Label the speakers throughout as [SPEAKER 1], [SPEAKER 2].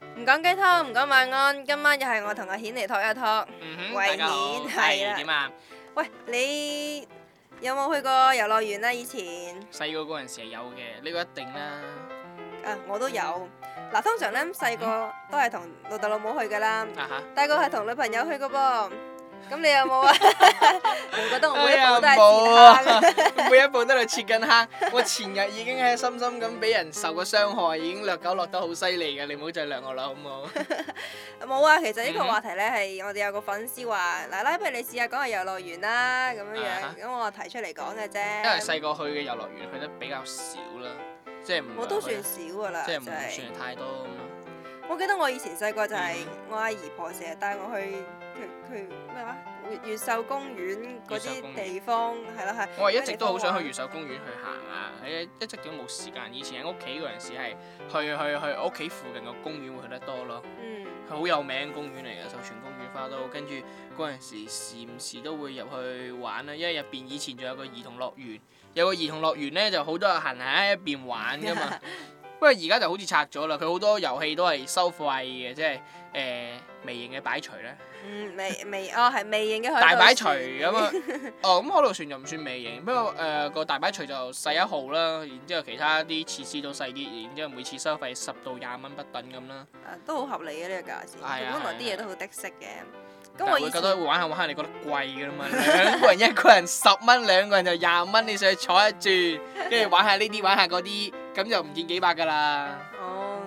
[SPEAKER 1] 唔講雞湯，唔講晚安，今晚又係我同阿顯嚟托一托。
[SPEAKER 2] 嗯哼，
[SPEAKER 1] 為
[SPEAKER 2] 大家好，
[SPEAKER 1] 免係啦
[SPEAKER 2] 係點啊？
[SPEAKER 1] 喂，你有冇去過遊樂園啊？以前
[SPEAKER 2] 細個嗰陣時係有嘅，呢個一定啦。
[SPEAKER 1] 啊，我都有。嗱，通常呢，細個
[SPEAKER 2] 嗯
[SPEAKER 1] 都係同老豆老母去㗎啦，
[SPEAKER 2] 啊 哈，
[SPEAKER 1] 大個係同女朋友去㗎噃。咁你有冇 啊？我覺得我每一步都係
[SPEAKER 2] 冇
[SPEAKER 1] 自拍
[SPEAKER 2] 啊
[SPEAKER 1] 嘅。！
[SPEAKER 2] 每一步都喺度切緊坑。我前日已經喺深深咁俾人受過傷害，已經虐狗落得好犀利嘅，你唔好再虐我啦，好唔好？
[SPEAKER 1] 啊冇啊，其實呢個
[SPEAKER 2] 嗯哼
[SPEAKER 1] 話題呢，係我哋有個粉絲話，奶奶不如你試下講下遊樂園啦咁樣
[SPEAKER 2] 啊
[SPEAKER 1] 樣，咁我提出嚟講嘅
[SPEAKER 2] 因為
[SPEAKER 1] 啫。
[SPEAKER 2] 細個去嘅遊樂園去得比較少啦，即係唔
[SPEAKER 1] 我都
[SPEAKER 2] 話
[SPEAKER 1] 算
[SPEAKER 2] 去
[SPEAKER 1] 少㗎啦，
[SPEAKER 2] 即係唔
[SPEAKER 1] 就
[SPEAKER 2] 算
[SPEAKER 1] 係
[SPEAKER 2] 係太多咁啊咯。
[SPEAKER 1] 我記得我以前細個就係
[SPEAKER 2] 嗯
[SPEAKER 1] 我阿姨婆成日帶我去佢佢咩話越越秀公園嗰
[SPEAKER 2] 越秀
[SPEAKER 1] 啲
[SPEAKER 2] 公園
[SPEAKER 1] 地方係啦係。
[SPEAKER 2] 我係一直都好想去
[SPEAKER 1] 越
[SPEAKER 2] 越秀公園去行啊，一一直都冇時間。以前喺屋企嗰陣時係去去去屋企附近嘅公園會去得多咯。
[SPEAKER 1] 嗯
[SPEAKER 2] 佢好有名公園嚟嘅，秀全公園花都。跟住嗰陣時時唔時都會入去玩啦，因為入邊以前仲有個兒童樂園，有個兒童樂園呢就好多人行喺一邊玩噶嘛。不過而家就好似拆咗啦，佢好多遊戲都係收費嘅，即係誒、呃微型嘅擺錘咧，
[SPEAKER 1] 嗯 未未哦係未影嘅海
[SPEAKER 2] 大
[SPEAKER 1] 盜
[SPEAKER 2] 擺
[SPEAKER 1] 船
[SPEAKER 2] 錘咁啊。哦，咁海盜船就唔算微型，不過誒、呃、個大擺錘就細一號啦，然之後其他啲設施都細啲，然之後每次收費十到廿蚊不等咁啦。
[SPEAKER 1] 啊都好合理嘅呢個價錢，
[SPEAKER 2] 係
[SPEAKER 1] 佢
[SPEAKER 2] 啊
[SPEAKER 1] 本來
[SPEAKER 2] 係啊
[SPEAKER 1] 啲嘢都好的色嘅。咁
[SPEAKER 2] 但
[SPEAKER 1] 我
[SPEAKER 2] 係
[SPEAKER 1] 以
[SPEAKER 2] 會
[SPEAKER 1] 前
[SPEAKER 2] 覺得玩下玩下，你覺得貴噶啦嘛？兩個人一個人十蚊，兩個人就廿蚊，你上去坐一轉，跟住玩下呢啲玩下嗰啲，咁就唔見幾百噶啦。
[SPEAKER 1] 哦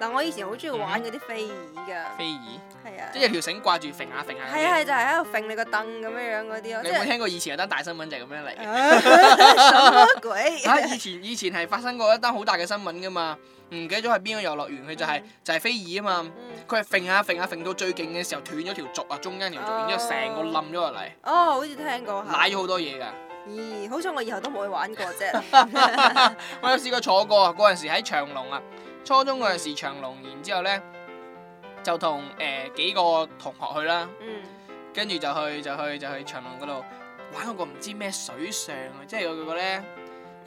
[SPEAKER 1] 嗱，我以前好中意玩嗰啲飛椅㗎，
[SPEAKER 2] 飛兒，
[SPEAKER 1] 係啊
[SPEAKER 2] 嗯即。係有條繩掛住揈下揈下。
[SPEAKER 1] 係啊係，就係喺度揈你個凳咁樣樣嗰啲咯，
[SPEAKER 2] 你
[SPEAKER 1] 即
[SPEAKER 2] 有冇
[SPEAKER 1] 係
[SPEAKER 2] 聽過以前有單大新聞就係咁樣嚟嘅？
[SPEAKER 1] 啊 什麼鬼？
[SPEAKER 2] 啊！以前以前係發生過一單好大嘅新聞噶嘛，唔記得咗係邊個遊樂園，佢就係就係飛兒啊嘛。
[SPEAKER 1] 嗯
[SPEAKER 2] 佢係揈下揈下揈到最勁嘅時候斷咗條軸啊，中間條軸，然之後成個冧咗落嚟，
[SPEAKER 1] 哦，好似聽過下。
[SPEAKER 2] 瀨咗好多嘢㗎。
[SPEAKER 1] 咦，好彩我以後都冇去玩過啫。
[SPEAKER 2] 我有試過坐過啊，嗰陣時喺長隆啊，初中嗰陣時長隆，然之後呢，就同誒、呃、幾個同學去啦，
[SPEAKER 1] 嗯，
[SPEAKER 2] 跟住就去就去就去長隆嗰度玩嗰個唔知咩水上啊，即係有個呢，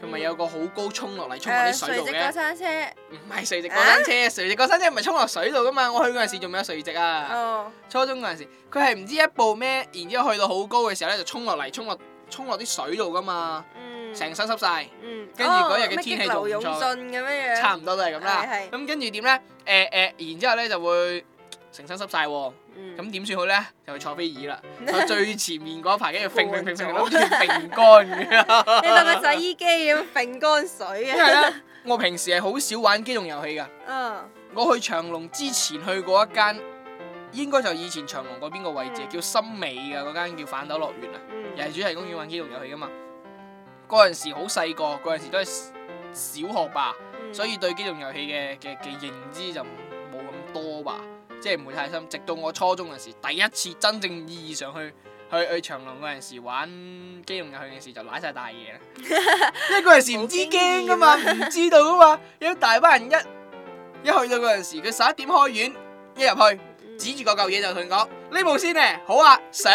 [SPEAKER 2] 佢咪有個好高衝落嚟衝落
[SPEAKER 1] 誒
[SPEAKER 2] 啲水
[SPEAKER 1] 垂
[SPEAKER 2] 度
[SPEAKER 1] 直過
[SPEAKER 2] 嘅，
[SPEAKER 1] 山車，
[SPEAKER 2] 唔係垂直過山車，垂直過山車唔係衝落水度噶嘛，我去嗰陣時仲未有垂直啊，
[SPEAKER 1] 哦，
[SPEAKER 2] 初中嗰陣時佢係唔知一步咩，然之後去到好高嘅時候呢，就衝落嚟衝落衝落啲水度噶嘛，
[SPEAKER 1] 嗯，
[SPEAKER 2] 成身濕晒。
[SPEAKER 1] 嗯，
[SPEAKER 2] 跟住嗰日嘅天氣仲
[SPEAKER 1] 哦
[SPEAKER 2] 唔錯
[SPEAKER 1] 咩激流勇進咁樣樣，
[SPEAKER 2] 差唔多都係咁啦
[SPEAKER 1] 係係。
[SPEAKER 2] 咁跟住點呢？誒、誒、然之後呢就會成身濕晒喎。
[SPEAKER 1] 嗯，
[SPEAKER 2] 咁點算好呢？就去坐 飛椅啦。坐最前面嗰排，跟住揈揈揈揈，
[SPEAKER 1] 乾咗
[SPEAKER 2] 好似揈乾 嘅。
[SPEAKER 1] 你當個洗衣機咁揈乾水
[SPEAKER 2] 因為
[SPEAKER 1] 啊，
[SPEAKER 2] 呢，我平時係好少玩機動遊戲㗎。
[SPEAKER 1] 嗯，
[SPEAKER 2] 我去長隆之前去過一間，應該就以前長隆嗰邊個位置
[SPEAKER 1] 嗯
[SPEAKER 2] 叫森美㗎嗰間叫反斗樂園啊，
[SPEAKER 1] 嗯
[SPEAKER 2] 又係主題公園玩機動遊戲㗎嘛。嗰陣時好細個，嗰陣時都係小學吧。
[SPEAKER 1] 嗯
[SPEAKER 2] 所以對機動遊戲嘅嘅嘅認知就冇咁多吧，即係唔會太深。直到我初中嗰陣時，第一次真正意義上去去去長隆嗰陣時玩機動遊戲嘅時，就舐晒大嘢啦。 因為嗰陣時唔知驚噶嘛，
[SPEAKER 1] 啊
[SPEAKER 2] 唔知道噶嘛，有大班人一一去到嗰陣時，佢十一點開院，一入去
[SPEAKER 1] 嗯
[SPEAKER 2] 指住嗰嚿嘢就同佢講：呢部先咧，好啊，上！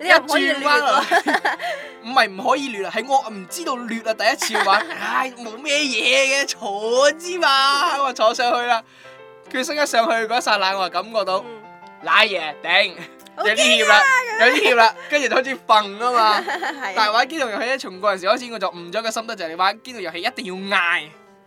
[SPEAKER 1] 你又唔可以
[SPEAKER 2] 轉彎
[SPEAKER 1] 亂
[SPEAKER 2] 落
[SPEAKER 1] 喎，
[SPEAKER 2] 嚟，啊 唔係唔可以亂啊，係我唔知道亂啊，第一次玩，唉，冇咩嘢嘅，坐之嘛，我坐上去啦。佢升一上去嗰一剎那，我就感覺到
[SPEAKER 1] 嗯
[SPEAKER 2] 奶嘢頂，
[SPEAKER 1] 好
[SPEAKER 2] 有啲怯啦，有啲怯啦，跟住就好似瞓啊嘛。
[SPEAKER 1] 係
[SPEAKER 2] 但係
[SPEAKER 1] 啊，
[SPEAKER 2] 玩機動遊戲咧，從嗰陣時開始我就悟咗個心得，就係你玩機動遊戲一定要嗌，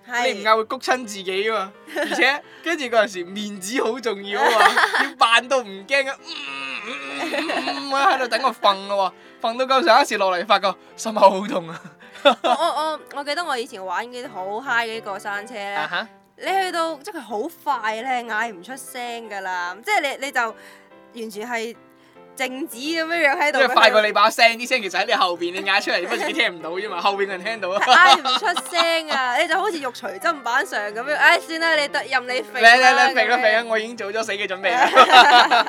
[SPEAKER 1] 係
[SPEAKER 2] 你唔嗌會谷親自己㗎嘛。而且跟住嗰陣時面子好重要啊嘛，要扮到唔驚啊，嗯啊喺度等我瞓咯喎，瞓到夠上一次落嚟，發覺心口好痛啊。
[SPEAKER 1] 我我我我記得我以前玩嗰啲好 high 嗰啲過山車咧。
[SPEAKER 2] 哈！
[SPEAKER 1] 你去到即係佢好快咧，嗌唔出聲㗎啦，即係你你就完全係靜止咁樣樣喺
[SPEAKER 2] 即
[SPEAKER 1] 度。
[SPEAKER 2] 係快過你把聲，啲聲其實喺你後邊，你嗌出嚟，不過自己聽唔到啫嘛，後邊個人聽到啊。
[SPEAKER 1] 嗌唔出聲啊！你就好似肉隨砧板上咁樣，唉、算啦，你得任你
[SPEAKER 2] 嚟
[SPEAKER 1] 揈
[SPEAKER 2] 嚟
[SPEAKER 1] 啦。
[SPEAKER 2] 嚟，肥啦
[SPEAKER 1] 咁樣
[SPEAKER 2] 肥啦！！我已經做咗死嘅準備啦。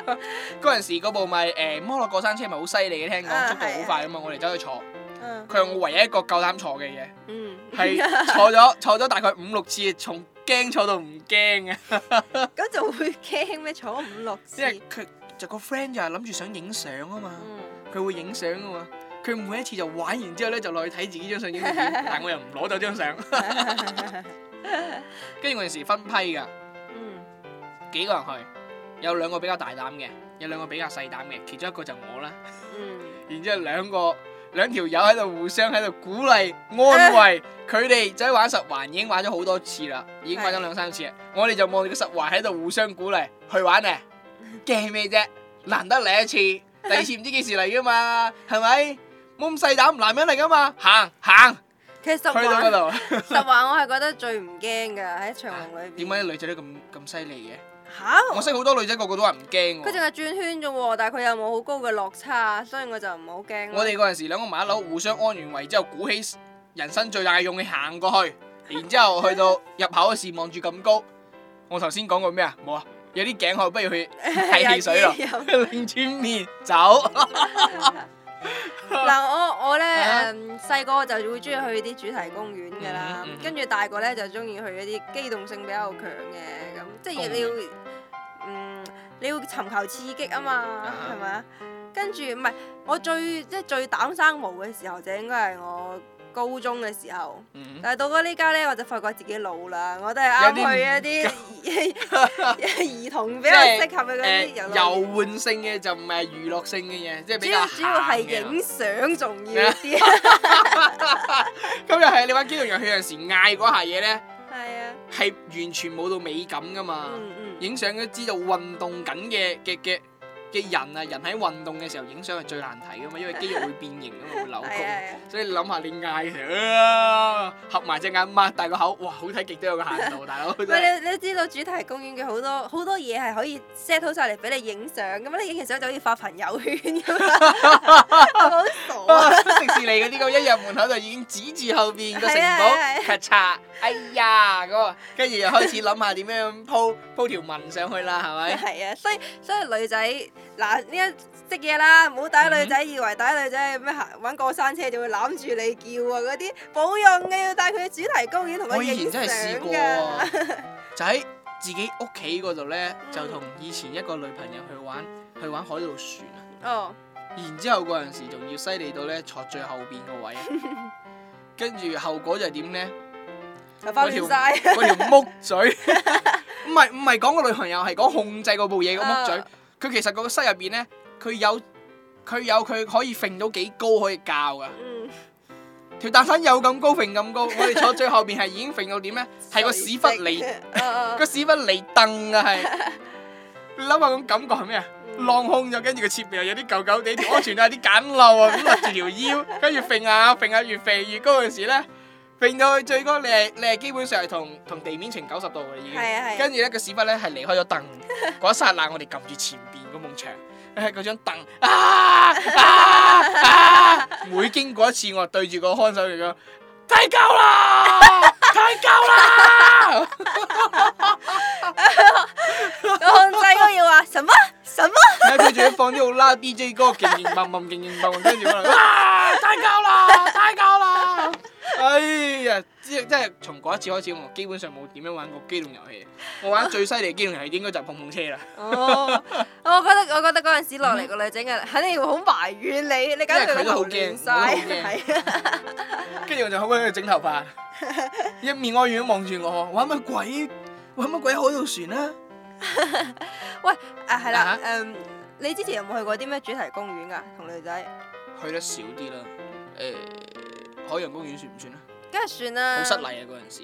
[SPEAKER 2] 嗰陣時嗰部咪誒摩洛過山車咪好犀利嘅，聽講
[SPEAKER 1] 啊
[SPEAKER 2] 速度好快啊嘛，我哋走去坐，
[SPEAKER 1] 嗯
[SPEAKER 2] 佢係我唯一一個夠膽坐嘅嘢。
[SPEAKER 1] 嗯，
[SPEAKER 2] 係坐咗坐咗大概五六次，從驚坐到唔驚啊！
[SPEAKER 1] 咁就會驚咩？坐五六次
[SPEAKER 2] 因。為佢就個 friend 就係諗住想影相啊嘛，
[SPEAKER 1] 嗯
[SPEAKER 2] 佢會影相啊嘛，佢每一次就玩完之後咧就落去睇自己張相影唔影，但我又唔攞到張相，跟住我有時分批㗎，
[SPEAKER 1] 嗯
[SPEAKER 2] 幾個人去，有兩個比較大膽嘅，有兩個比較細膽嘅，其中一個就我啦。
[SPEAKER 1] 嗯，
[SPEAKER 2] 然之後兩個兩條友喺度互相喺度鼓勵安慰，佢哋仔玩十環已經玩咗好多次啦，已經玩咗
[SPEAKER 1] 係
[SPEAKER 2] 兩三次啦。我哋就望住個十環喺度互相鼓勵去玩啊，驚咩啫？難得嚟一次，第二次唔知幾時嚟噶嘛，係咪？冇咁細膽，男人嚟噶嘛，行行
[SPEAKER 1] 其實
[SPEAKER 2] 去到
[SPEAKER 1] 話
[SPEAKER 2] 嗰度，
[SPEAKER 1] 實話，我係覺得最唔驚㗎喺長隆裏邊。
[SPEAKER 2] 點啊解啲女仔都咁咁犀利嘅？
[SPEAKER 1] 嚇？
[SPEAKER 2] 我識好多女仔，個個都話唔驚
[SPEAKER 1] 佢淨
[SPEAKER 2] 喎。
[SPEAKER 1] 係轉圈啫喎，但係佢又冇好高嘅落差，所以我就唔係好驚咯。
[SPEAKER 2] 我哋嗰陣時兩個麻甩佬互相安完慰之後，鼓起人生最大嘅勇氣行過去，然之後去到入口嗰時望住咁高，我頭先講過咩啊？冇啊，有啲頸渴，不如 去睇汽水咯，
[SPEAKER 1] 有啲
[SPEAKER 2] 擰轉面走。
[SPEAKER 1] 嗱，我我咧
[SPEAKER 2] 啊
[SPEAKER 1] 誒細個就會中意去啲主題公園㗎啦
[SPEAKER 2] 嗯嗯嗯，
[SPEAKER 1] 跟住大個咧就中意去一啲機動性比較強嘅咁，即係你要嗯你要尋求刺激啊嘛，係咪啊？跟住唔係我最即係最膽生毛嘅時候就應該係我高中嘅時候。
[SPEAKER 2] 嗯
[SPEAKER 1] 但係到咗呢家咧，我就發覺自己老啦，我都係啱去一啲 兒童比較適合嘅嗰
[SPEAKER 2] 誒
[SPEAKER 1] 啲遊樂園。
[SPEAKER 2] 遊玩性嘅就唔係娛樂性嘅嘢，即係
[SPEAKER 1] 主
[SPEAKER 2] 比較
[SPEAKER 1] 要主要係
[SPEAKER 2] 係
[SPEAKER 1] 影。相重要啲，啊
[SPEAKER 2] 咁又係你玩機動遊戲有陣時嗌嗰下嘢咧，
[SPEAKER 1] 係啊，
[SPEAKER 2] 係完全冇到美感噶嘛。
[SPEAKER 1] 嗯嗯，
[SPEAKER 2] 影相都知道運動緊嘅嘅嘅嘅人啊，人喺運動嘅時候影相係最難睇噶嘛，因為肌肉會變形噶嘛，會
[SPEAKER 1] 係
[SPEAKER 2] 扭
[SPEAKER 1] 啊
[SPEAKER 2] 曲。
[SPEAKER 1] 係啊，
[SPEAKER 2] 所以你諗下，你嗌嘅時候啊，合埋隻眼，擘大個口，哇，好睇極都有個限度，大 佬。真係
[SPEAKER 1] 喂你你都知道主題公園嘅好多好多嘢係可以 set 好晒嚟俾你影相，咁你影完相就可以發朋友圈咁啦， 係咪好 傻啊！
[SPEAKER 2] 迪士尼嗰啲咁一入門口就已經指住後邊個城
[SPEAKER 1] 係啊
[SPEAKER 2] 堡
[SPEAKER 1] 係啊係啊
[SPEAKER 2] 咔嚓，哎呀咁啊，跟住又開始諗下點樣鋪鋪條紋上去啦，係咪？
[SPEAKER 1] 係啊，所以所以女仔嗱呢一識嘢啦，唔好帶女
[SPEAKER 2] 嗯
[SPEAKER 1] 仔以為帶女仔咩行揾過山車就會攬住你叫啊嗰啲冇用嘅，要帶佢去主題公園同佢
[SPEAKER 2] 我以前
[SPEAKER 1] 影相
[SPEAKER 2] 真係試過
[SPEAKER 1] 㗎。
[SPEAKER 2] 啊喎，就喺自己屋企嗰度呢，
[SPEAKER 1] 嗯
[SPEAKER 2] 就同以前一個女朋友去玩去玩海盜船啊，
[SPEAKER 1] 哦，
[SPEAKER 2] 然之後嗰陣時仲要犀利到呢，坐最後邊個 位啊，跟住後果就係點呢？
[SPEAKER 1] 頭髮亂晒。
[SPEAKER 2] 嗰嗯條木嘴， 唔係唔係講個女朋友，係講控制嗰部嘢個木嘴
[SPEAKER 1] 啊。
[SPEAKER 2] 佢其實個室入邊呢，佢有佢有佢可以揈到幾高可以教噶，
[SPEAKER 1] 嗯，
[SPEAKER 2] 條蛋散有咁高揈咁高，我哋坐最後邊係已經揈到點呢？係個屎忽離。
[SPEAKER 1] 哦。
[SPEAKER 2] 個
[SPEAKER 1] 哦
[SPEAKER 2] 屎忽離凳啊，係。你諗下種感覺係咩啊？
[SPEAKER 1] 嗯
[SPEAKER 2] 浪空咗，跟住個設備又有啲舊舊地，條安全帶有啲簡陋啊，咁勒住條 腰，跟住揈下揈下越揈越高嗰時咧，揈到去最高你係你係基本上係同同地面呈九十度嘅已經。
[SPEAKER 1] 係啊係啊
[SPEAKER 2] 跟住咧個屎忽咧係離開 咗凳，嗰一剎那我哋撳住前邊嗰埲牆， 誒嗰張凳啊啊啊！每經過一次我對住個看守員講：太夠啦，太夠啦！
[SPEAKER 1] 控制哥要話什麼什麼？
[SPEAKER 2] 睇佢仲要放啲好啦 DJ 歌，勁勁蹦蹦，勁勁蹦蹦，跟住可能啊，太交啦，太交啦！哎呀，即係即係從嗰一次開始，我基本上冇點樣玩過機動遊戲。我玩最犀利嘅機動遊戲應該就係碰碰車啦，
[SPEAKER 1] 哦，我覺得我覺得嗰陣時落嚟個女仔嘅肯定會好埋怨你，你簡直
[SPEAKER 2] 嗯因為佢都好
[SPEAKER 1] 頭
[SPEAKER 2] 驚
[SPEAKER 1] 亂
[SPEAKER 2] 我
[SPEAKER 1] 晒。
[SPEAKER 2] 都好驚
[SPEAKER 1] 係啊，
[SPEAKER 2] 跟住我就好鬼喺度整頭髮，一面哀怨咁望住我，玩乜鬼？玩乜鬼海盜船啊？
[SPEAKER 1] 啊係啦
[SPEAKER 2] 啊，
[SPEAKER 1] 誒，你之前有冇去過啲咩主題公園㗎？同女仔？
[SPEAKER 2] 去得少啲啦，誒、海洋公園算唔算啊？嗯
[SPEAKER 1] 梗係算啦，
[SPEAKER 2] 好失禮啊嗰陣時，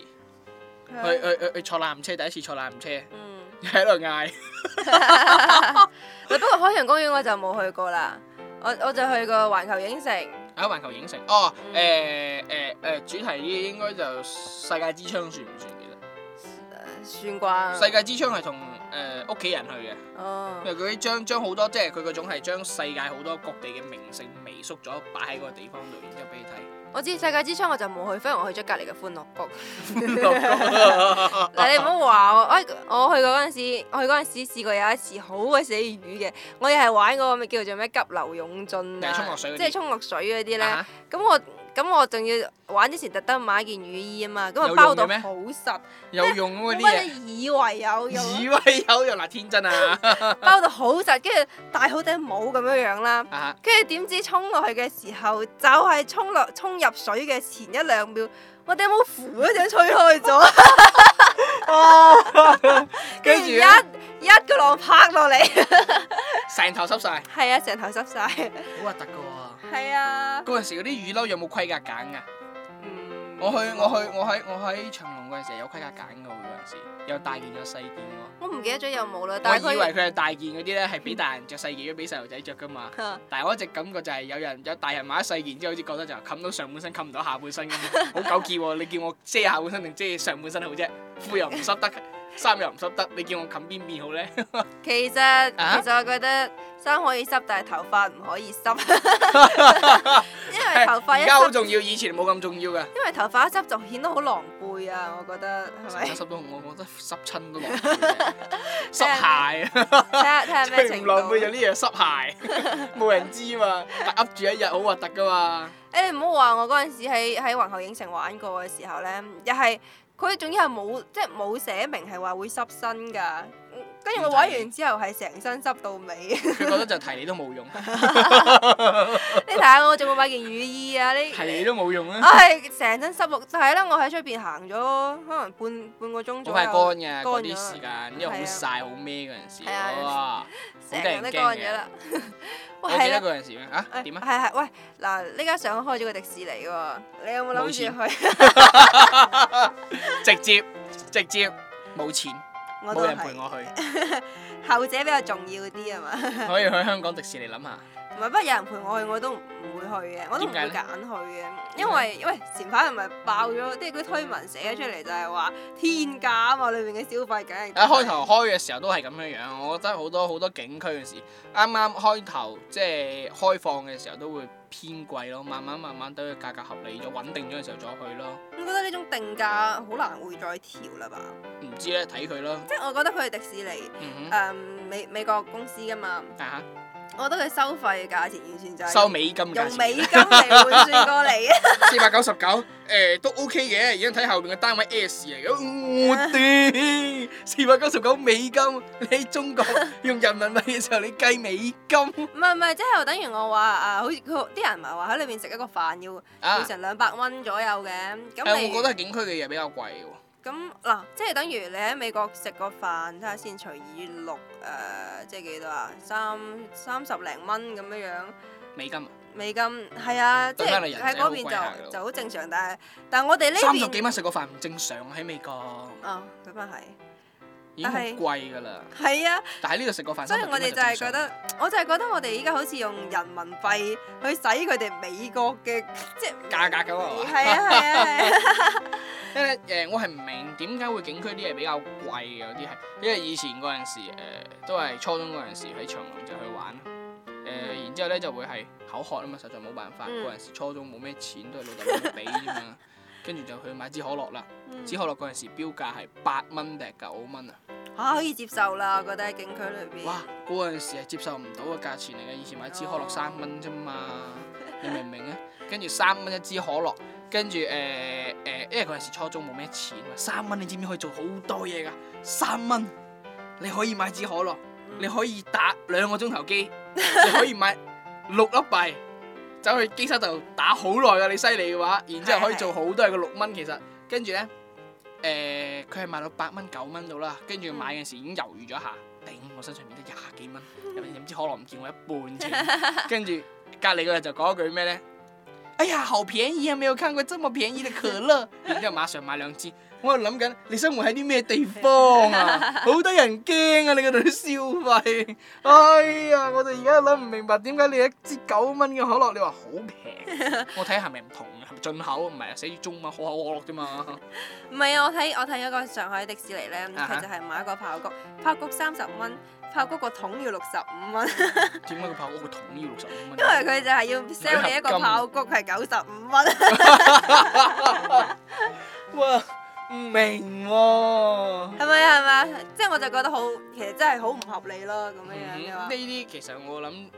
[SPEAKER 1] 係啊
[SPEAKER 2] 去去去去坐纜車，第一次坐纜車，
[SPEAKER 1] 嗯，
[SPEAKER 2] 喺度嗌。
[SPEAKER 1] 不過海洋公園我就冇去過啦，我我就去過環球影城，
[SPEAKER 2] 喺環球影城哦，
[SPEAKER 1] 嗯
[SPEAKER 2] 誒誒誒，主題呢啲應該就世界之窗算唔算嘅咧？
[SPEAKER 1] 呃算啩。
[SPEAKER 2] 世界之窗係同誒屋企人去嘅，
[SPEAKER 1] 哦，
[SPEAKER 2] 因為佢啲將將好多即係佢嗰種係將世界好多各地嘅名勝微縮咗擺喺個地方度，然之後俾你睇。
[SPEAKER 1] 我知世界之窗我就冇去，反而我去咗隔離嘅歡樂 谷。
[SPEAKER 2] 歡
[SPEAKER 1] 嗱，你唔好話我，哎我去過嗰陣時，我去嗰陣時試過有一次好鬼死魚嘅，我又係玩嗰個咩叫做咩急流勇進
[SPEAKER 2] 定係
[SPEAKER 1] 啊，
[SPEAKER 2] 衝落水嗰啲
[SPEAKER 1] 即係衝落水嗰 啲咧。
[SPEAKER 2] 啊
[SPEAKER 1] 咁我咁我仲要玩之前特登買件雨衣啊嘛，咁
[SPEAKER 2] 有
[SPEAKER 1] 啊
[SPEAKER 2] 用
[SPEAKER 1] 包到
[SPEAKER 2] 嘅咩
[SPEAKER 1] 好實，
[SPEAKER 2] 有用
[SPEAKER 1] 我
[SPEAKER 2] 嗰啲嘢，
[SPEAKER 1] 你以為有用啊？
[SPEAKER 2] 以為有用嗱，天真 啊！
[SPEAKER 1] 包到好實，跟住戴好頂帽咁樣樣啦。
[SPEAKER 2] 啊
[SPEAKER 1] 跟住點知衝落去嘅時候，就係 衝落衝入水嘅前一兩秒，我頂帽扶一陣吹開咗，
[SPEAKER 2] 哦跟住
[SPEAKER 1] 一
[SPEAKER 2] 咧
[SPEAKER 1] 一個浪拍落 嚟，
[SPEAKER 2] 成頭濕晒，
[SPEAKER 1] 係啊，成頭濕晒，
[SPEAKER 2] 好核突噶喎！
[SPEAKER 1] 係啊，
[SPEAKER 2] 嗰陣時嗰啲雨褸有冇規格揀㗎？
[SPEAKER 1] 嗯，
[SPEAKER 2] 我去我去我喺我喺長隆嗰陣時係有規格揀㗎喎，嗰陣時有大件有細件喎。
[SPEAKER 1] 我唔記得咗有冇啦，
[SPEAKER 2] 我
[SPEAKER 1] 但係
[SPEAKER 2] 以為
[SPEAKER 1] 佢
[SPEAKER 2] 佢係大件嗰啲咧係俾大人着細件，俾細路仔着㗎嘛。
[SPEAKER 1] 啊
[SPEAKER 2] 但係我一直感覺就係有人有大人買咗細件之後，好似覺得就冚到上半身，冚唔到下半身咁樣， 好糾結喎！你叫我遮下半身定遮上半身好啫？褲又唔濕得， 衫又唔濕得，你叫我冚邊邊好咧？
[SPEAKER 1] 其實
[SPEAKER 2] 啊
[SPEAKER 1] 其實我覺得衫可以濕，但係頭髮唔可以 濕，因為頭髮
[SPEAKER 2] 而
[SPEAKER 1] 一
[SPEAKER 2] 家好
[SPEAKER 1] 濕，
[SPEAKER 2] 重要，以前冇咁重要㗎。
[SPEAKER 1] 因為頭髮一濕就顯得好狼狽啊，我覺得係咪
[SPEAKER 2] 濕？ 濕到我覺得濕 親都落淚嘅，濕鞋啊！
[SPEAKER 1] 睇下睇 下咩
[SPEAKER 2] 最
[SPEAKER 1] 程
[SPEAKER 2] 唔浪費就
[SPEAKER 1] 度。啊
[SPEAKER 2] 呢樣濕鞋， 冇人知嘛，但噏住一日好核突噶嘛。
[SPEAKER 1] 誒唔好話我嗰陣時喺喺皇后影城玩過嘅時候咧，又係佢仲要係冇即係冇寫明係話會濕身㗎。跟住我玩完之後係成身濕到尾，
[SPEAKER 2] 佢覺得就提你都冇用，
[SPEAKER 1] 你睇下我仲冇買件雨衣啊！你
[SPEAKER 2] 提你都冇用啊
[SPEAKER 1] 我
[SPEAKER 2] 啦。
[SPEAKER 1] 係成身濕綠，就係啦，我喺出邊行咗可能半半個鐘
[SPEAKER 2] 好
[SPEAKER 1] 左
[SPEAKER 2] 快乾
[SPEAKER 1] 右，
[SPEAKER 2] 嘅
[SPEAKER 1] 乾
[SPEAKER 2] 嗰啲
[SPEAKER 1] 咗啊
[SPEAKER 2] 時間，因為好曬好咩嗰陣時，
[SPEAKER 1] 係啊
[SPEAKER 2] 哇！
[SPEAKER 1] 成人都乾咗啦。
[SPEAKER 2] 我
[SPEAKER 1] 喂，係
[SPEAKER 2] 記得
[SPEAKER 1] 啦，哎
[SPEAKER 2] 嗰陣時咩啊？點啊？
[SPEAKER 1] 係係喂，嗱，呢家上海開咗個迪士尼喎，你有冇諗
[SPEAKER 2] 冇錢
[SPEAKER 1] 住去？
[SPEAKER 2] 直接直接冇錢，
[SPEAKER 1] 哎我都
[SPEAKER 2] 冇人陪
[SPEAKER 1] 係，
[SPEAKER 2] 我去，
[SPEAKER 1] 後者比較重要啲啊嘛。
[SPEAKER 2] 可以去香港迪士尼諗下。啊
[SPEAKER 1] 唔係，不過有人陪我去我都唔會去嘅，我都唔會
[SPEAKER 2] 點
[SPEAKER 1] 揀
[SPEAKER 2] 解
[SPEAKER 1] 去嘅，
[SPEAKER 2] 點
[SPEAKER 1] 因為因為前排係咪爆咗，即係佢推文寫咗出嚟就係話天價啊嘛，裏面嘅消費梗係
[SPEAKER 2] 一啊開頭開嘅時候都係咁樣樣，我覺得好多好多景區嘅時，啱啱開頭即係開放嘅時候都會偏貴咯，慢慢慢慢等佢價格合理咗、穩定咗嘅時候再去咯。
[SPEAKER 1] 我覺得呢種定價好難會再調啦吧，
[SPEAKER 2] 唔知咧，睇佢咯。
[SPEAKER 1] 即係我覺得佢係迪士尼
[SPEAKER 2] 嗯
[SPEAKER 1] 誒、
[SPEAKER 2] 哼，
[SPEAKER 1] 美美國公司噶嘛，
[SPEAKER 2] 啊
[SPEAKER 1] 我覺得佢收費嘅價錢完全就
[SPEAKER 2] 哈
[SPEAKER 1] 係
[SPEAKER 2] 收美金價
[SPEAKER 1] 用
[SPEAKER 2] 錢
[SPEAKER 1] 美金嚟換算過嚟 嘅，
[SPEAKER 2] 四百九十九，誒都 OK 嘅，已經睇後面嘅單位 S 嚟 嘅。我屌，四百九十九美金，你喺中國用人民幣嘅時候你計美 金
[SPEAKER 1] 唔係唔係，即係等於我話啊，好似佢啲人咪話喺裏面食一個飯要要
[SPEAKER 2] 啊！
[SPEAKER 1] 成兩百蚊左右嘅，
[SPEAKER 2] 誒，
[SPEAKER 1] 咁你
[SPEAKER 2] 我覺得景區嘅嘢比較貴喎。
[SPEAKER 1] 咁嗱，即係等於你喺美國食個飯，睇下先除以六，誒、即係幾多啊？三三十零蚊咁樣樣
[SPEAKER 2] 美金
[SPEAKER 1] 美金，係啊，即
[SPEAKER 2] 對
[SPEAKER 1] 係
[SPEAKER 2] 返嚟人
[SPEAKER 1] 喺
[SPEAKER 2] 仔好
[SPEAKER 1] 嗰
[SPEAKER 2] 貴下㗎
[SPEAKER 1] 邊
[SPEAKER 2] 咯
[SPEAKER 1] 就就好正常，但係但係我哋呢
[SPEAKER 2] 三十幾
[SPEAKER 1] 邊
[SPEAKER 2] 蚊食個飯唔正常喺美國。
[SPEAKER 1] 啊，咁啊
[SPEAKER 2] 已經好貴㗎啦，
[SPEAKER 1] 係，係啊，
[SPEAKER 2] 但係呢度食個飯，
[SPEAKER 1] 所以我哋就係覺得，我就係覺得我哋依家好似用人民幣去使佢哋美國嘅， 即係
[SPEAKER 2] 價格咁啊嘛，
[SPEAKER 1] 係啊係啊係啊，
[SPEAKER 2] 因為誒我係唔明點解會景區啲嘢比較貴嘅有啲係，因為以前嗰陣時誒、呃都係初中嗰陣時喺長隆就去玩，誒、
[SPEAKER 1] 嗯
[SPEAKER 2] 然之後咧就會係口渴啊嘛，實在冇辦法，
[SPEAKER 1] 嗯
[SPEAKER 2] 嗰陣時初中冇咩錢，都係老豆老母俾啫嘛，跟住就去買支可樂啦，
[SPEAKER 1] 嗯
[SPEAKER 2] 支可樂嗰陣時標價係八蚊定係九蚊啊！
[SPEAKER 1] 啊可以接受啦，我覺得喺景區裏邊。
[SPEAKER 2] 哇！嗰陣時係接受唔到嘅價錢嚟嘅，以前買支可樂三蚊啫嘛，你明唔明啊？跟住三蚊一支可樂，跟住誒誒，呃因為嗰陣時初中冇咩錢嘛，三蚊你知唔知可以做好多嘢㗎？三蚊你可以買支可樂，
[SPEAKER 1] 嗯
[SPEAKER 2] 你可以打兩個鐘頭機，你可以買六粒幣，走去機室度打好耐㗎。你犀利嘅話，然之後可以做好多嘢個六蚊其實，跟住咧誒，佢係賣到八蚊九蚊到啦，跟住買嘅時已經猶豫咗一下，頂我身上面得廿幾蚊，飲支可樂唔見我一半錢，跟住隔離嗰日就講一句咩咧？哎呀，好便宜啊！沒有看過這麼便宜的可樂，然之後馬上買兩支。我喺度諗緊，你生活喺啲咩地方啊？好得人驚啊！你嗰度啲消費，哎呀，我哋而家諗唔明白點解你一支九蚊嘅可樂，你話好平？我睇下係咪唔同啊？係咪進口？唔係啊，寫住中文可口可樂啫嘛。
[SPEAKER 1] 唔係啊！我睇我睇嗰個上海迪士尼咧，
[SPEAKER 2] 啊
[SPEAKER 1] 佢
[SPEAKER 2] 哈
[SPEAKER 1] 就係買一個爆谷，爆谷三十蚊，爆谷個桶要六十五蚊，
[SPEAKER 2] 點解佢爆我個桶要六十五蚊？
[SPEAKER 1] 因為佢就係 要 sell 你一個爆谷係九十五蚊。
[SPEAKER 2] 哇，唔明喎、
[SPEAKER 1] 係咪啊？係咪啊？即係我就覺得好，其實真係好唔合理咯，咁樣樣嘅
[SPEAKER 2] 呢
[SPEAKER 1] 話。
[SPEAKER 2] 啲其實我諗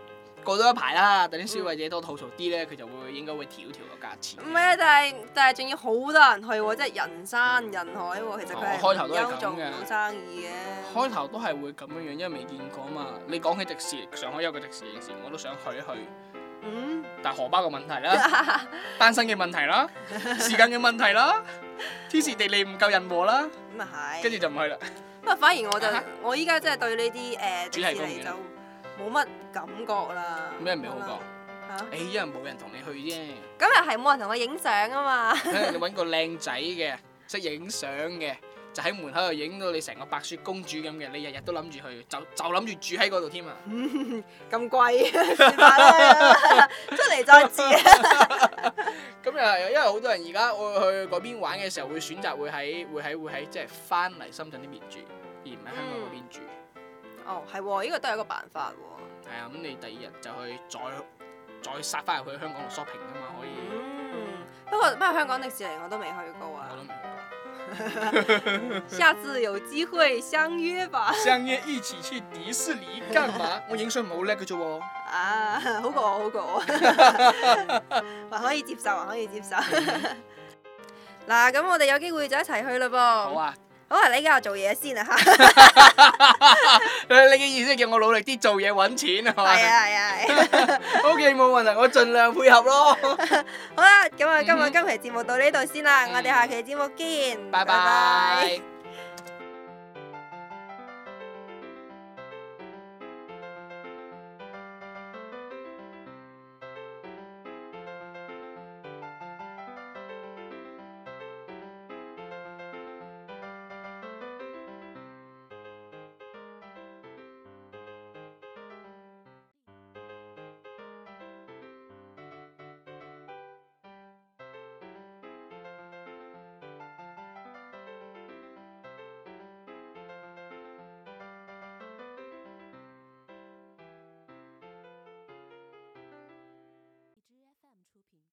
[SPEAKER 2] 過多一排啦，等啲消費者多吐槽啲咧，佢就會應該會調一調個價錢。
[SPEAKER 1] 唔係啊，但係但係仲要好多人去喎，即係人山人海喎。其實佢
[SPEAKER 2] 哦開頭
[SPEAKER 1] 係
[SPEAKER 2] 都係咁
[SPEAKER 1] 優做唔
[SPEAKER 2] 嘅
[SPEAKER 1] 到生意嘅。
[SPEAKER 2] 開頭都係會咁樣樣，因為未見過嘛。你講起迪士尼，上海有個迪士尼嘅事，我都想去一去，
[SPEAKER 1] 嗯，
[SPEAKER 2] 但係荷包嘅問題啦，單身嘅問題啦，時間嘅問題啦，天時地利唔夠人和啦，
[SPEAKER 1] 咁啊係。
[SPEAKER 2] 跟住就唔去啦。
[SPEAKER 1] 不過反而我就
[SPEAKER 2] 啊哈
[SPEAKER 1] 我依家真係對呢啲誒
[SPEAKER 2] 主
[SPEAKER 1] 迪
[SPEAKER 2] 題
[SPEAKER 1] 士
[SPEAKER 2] 公
[SPEAKER 1] 尼
[SPEAKER 2] 園
[SPEAKER 1] 就冇乜感覺啦。
[SPEAKER 2] 咩唔係好
[SPEAKER 1] 咁
[SPEAKER 2] 講
[SPEAKER 1] 啊？嚇
[SPEAKER 2] 誒，因為冇人同你去啫。
[SPEAKER 1] 咁又係冇人同我影相啊嘛。
[SPEAKER 2] 你揾個靚仔嘅，識影相嘅，就喺門口度影到你成個白雪公主咁嘅，你日日都諗住去，就就諗住住喺嗰度添啊！
[SPEAKER 1] 咁 貴，算 啦，出嚟再知
[SPEAKER 2] 咁又係，因為好多人而家我去嗰邊玩嘅時候，會選擇會喺會喺會喺即係翻嚟深圳呢邊住，而唔喺香港嗰邊住。
[SPEAKER 1] 哦，係喎，呢個都係一個辦法喎。
[SPEAKER 2] 係啊，咁你第二日就去再再殺翻入去香港度 shopping 噶嘛，可以。
[SPEAKER 1] 嗯，不過不過香港迪士尼我都未去過
[SPEAKER 2] 我
[SPEAKER 1] 啊，
[SPEAKER 2] 都明白。
[SPEAKER 1] 下次有機會相約吧。
[SPEAKER 2] 相約一起去迪士尼幹 嘛？我影相唔好叻嘅啫喎。
[SPEAKER 1] 啊，好過我，好過我，還可以接受，還可以接受。嗱，咁我哋有機會就一齊去啦噃。
[SPEAKER 2] 好
[SPEAKER 1] 好
[SPEAKER 2] 啊，
[SPEAKER 1] 啊，你而家我做嘢先啊嚇。
[SPEAKER 2] 你你嘅意思係叫我努力啲做嘢揾錢係 嘛？
[SPEAKER 1] 係 啊係啊係啊。
[SPEAKER 2] O K，冇問題，我盡量配合咯。
[SPEAKER 1] 好啦，咁啊，今日
[SPEAKER 2] 嗯
[SPEAKER 1] 今期節目到呢度先啦，
[SPEAKER 2] 嗯
[SPEAKER 1] 我哋下期節目見。
[SPEAKER 2] 拜拜。